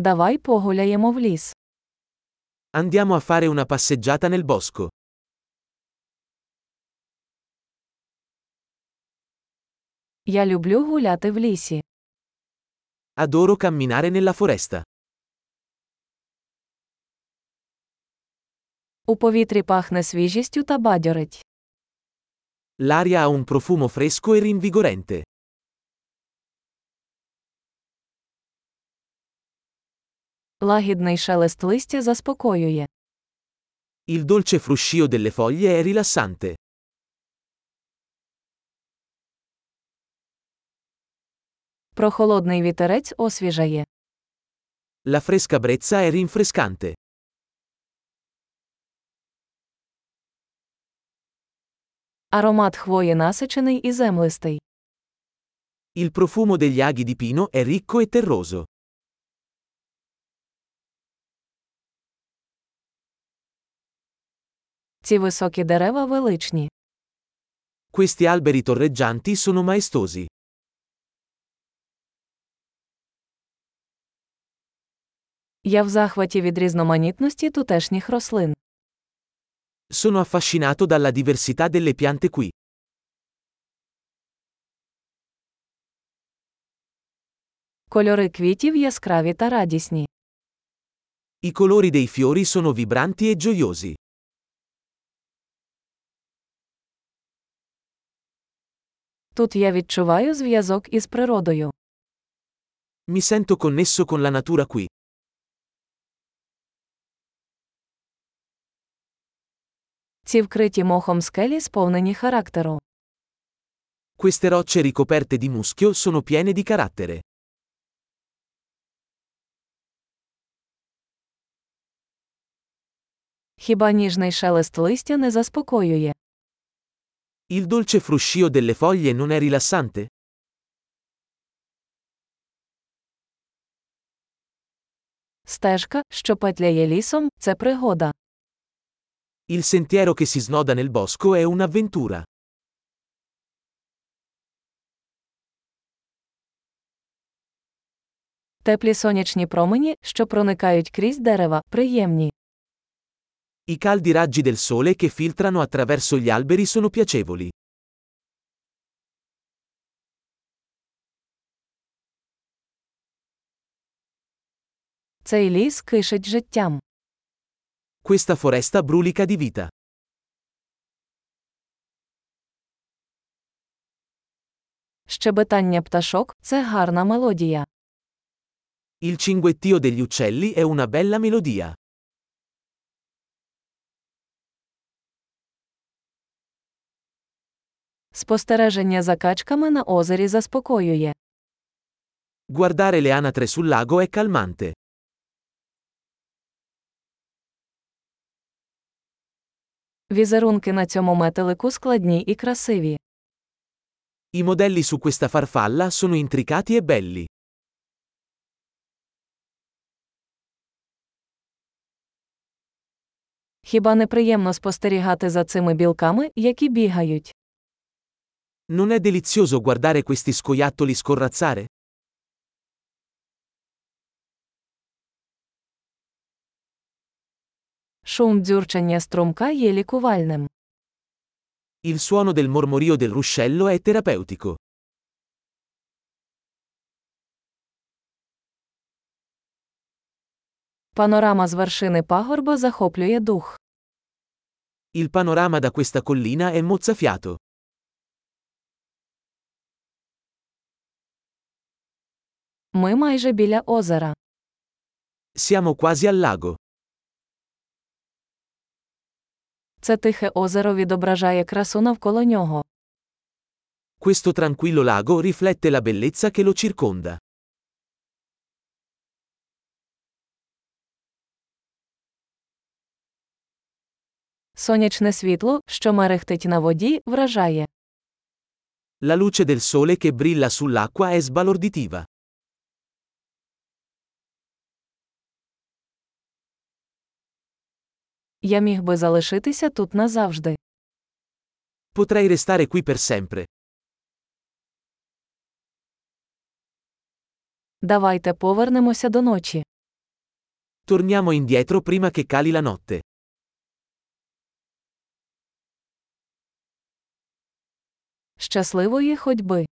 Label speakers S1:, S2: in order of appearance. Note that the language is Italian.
S1: Давай погуляємо в ліс.
S2: Andiamo a fare una passeggiata nel bosco.
S1: Я люблю гуляти в лісі.
S2: Adoro camminare nella foresta.
S1: У повітрі пахне свіжістю та бадьорить.
S2: L'aria ha un profumo fresco e rinvigorente.
S1: Лагідний шелест листя заспокоює.
S2: Il dolce fruscio delle foglie è rilassante.
S1: Прохолодний вітерець освіжає.
S2: La fresca brezza è rinfrescante.
S1: Аромат хвої насичений і землистий.
S2: Il profumo degli aghi di pino è ricco e terroso.
S1: Ці високі дерева величні.
S2: Questi alberi torreggianti sono maestosi.
S1: Я в захваті від різноманітності тутешніх рослин.
S2: Sono affascinato dalla diversità delle piante qui.
S1: Кольори квітів яскраві та радісні.
S2: I colori dei fiori sono vibranti e gioiosi.
S1: Тут я відчуваю зв'язок із природою.
S2: Mi sento connesso con la natura qui.
S1: Ці вкриті мохом скелі сповнені характеру.
S2: Queste rocce ricoperte di muschio sono piene di carattere.
S1: Хіба ніжний шелест листя не заспокоює?
S2: Il dolce fruscio delle foglie non è rilassante?
S1: Стежка, що петляє лісом, це пригода.
S2: Il sentiero che si snoda nel bosco è un'avventura.
S1: Теплі сонячні промені, що проникають крізь дерева, приємні.
S2: I caldi raggi del sole che filtrano attraverso gli alberi sono piacevoli.
S1: Цей ліс кишить життям.
S2: Questa foresta brulica di vita.
S1: Щебетання пташок це гарна мелодія.
S2: Il cinguettio degli uccelli è una bella melodia.
S1: Спостереження за качками на озері заспокоює.
S2: Guardare le anatre sul lago è calmante.
S1: Візерунки на цьому метелику складні і красиві.
S2: I modelli su questa farfalla sono intricati e belli.
S1: Хіба не приємно спостерігати за цими білками, які бігають?
S2: Non è delizioso guardare questi scoiattoli scorrazzare?
S1: Шум дзюрчання струмка є лікувальним.
S2: Il suono del mormorio del ruscello è terapeutico.
S1: Панорама з вершини пагорба захоплює дух.
S2: Il panorama da questa collina è mozzafiato.
S1: Ми майже біля озера.
S2: Siamo quasi al lago.
S1: Це тихе озеро відображає красу навколо нього.
S2: Questo tranquillo lago riflette la bellezza che lo circonda.
S1: Сонячне світло, що мерехтить на воді, вражає.
S2: La luce del sole che brilla sull'acqua è sbalorditiva.
S1: Я міг би залишитися тут назавжди.
S2: Potrei restare qui per sempre.
S1: Давайте повернемося до ночі.
S2: Torniamo indietro prima che cali la notte.
S1: Щасливої ходьби!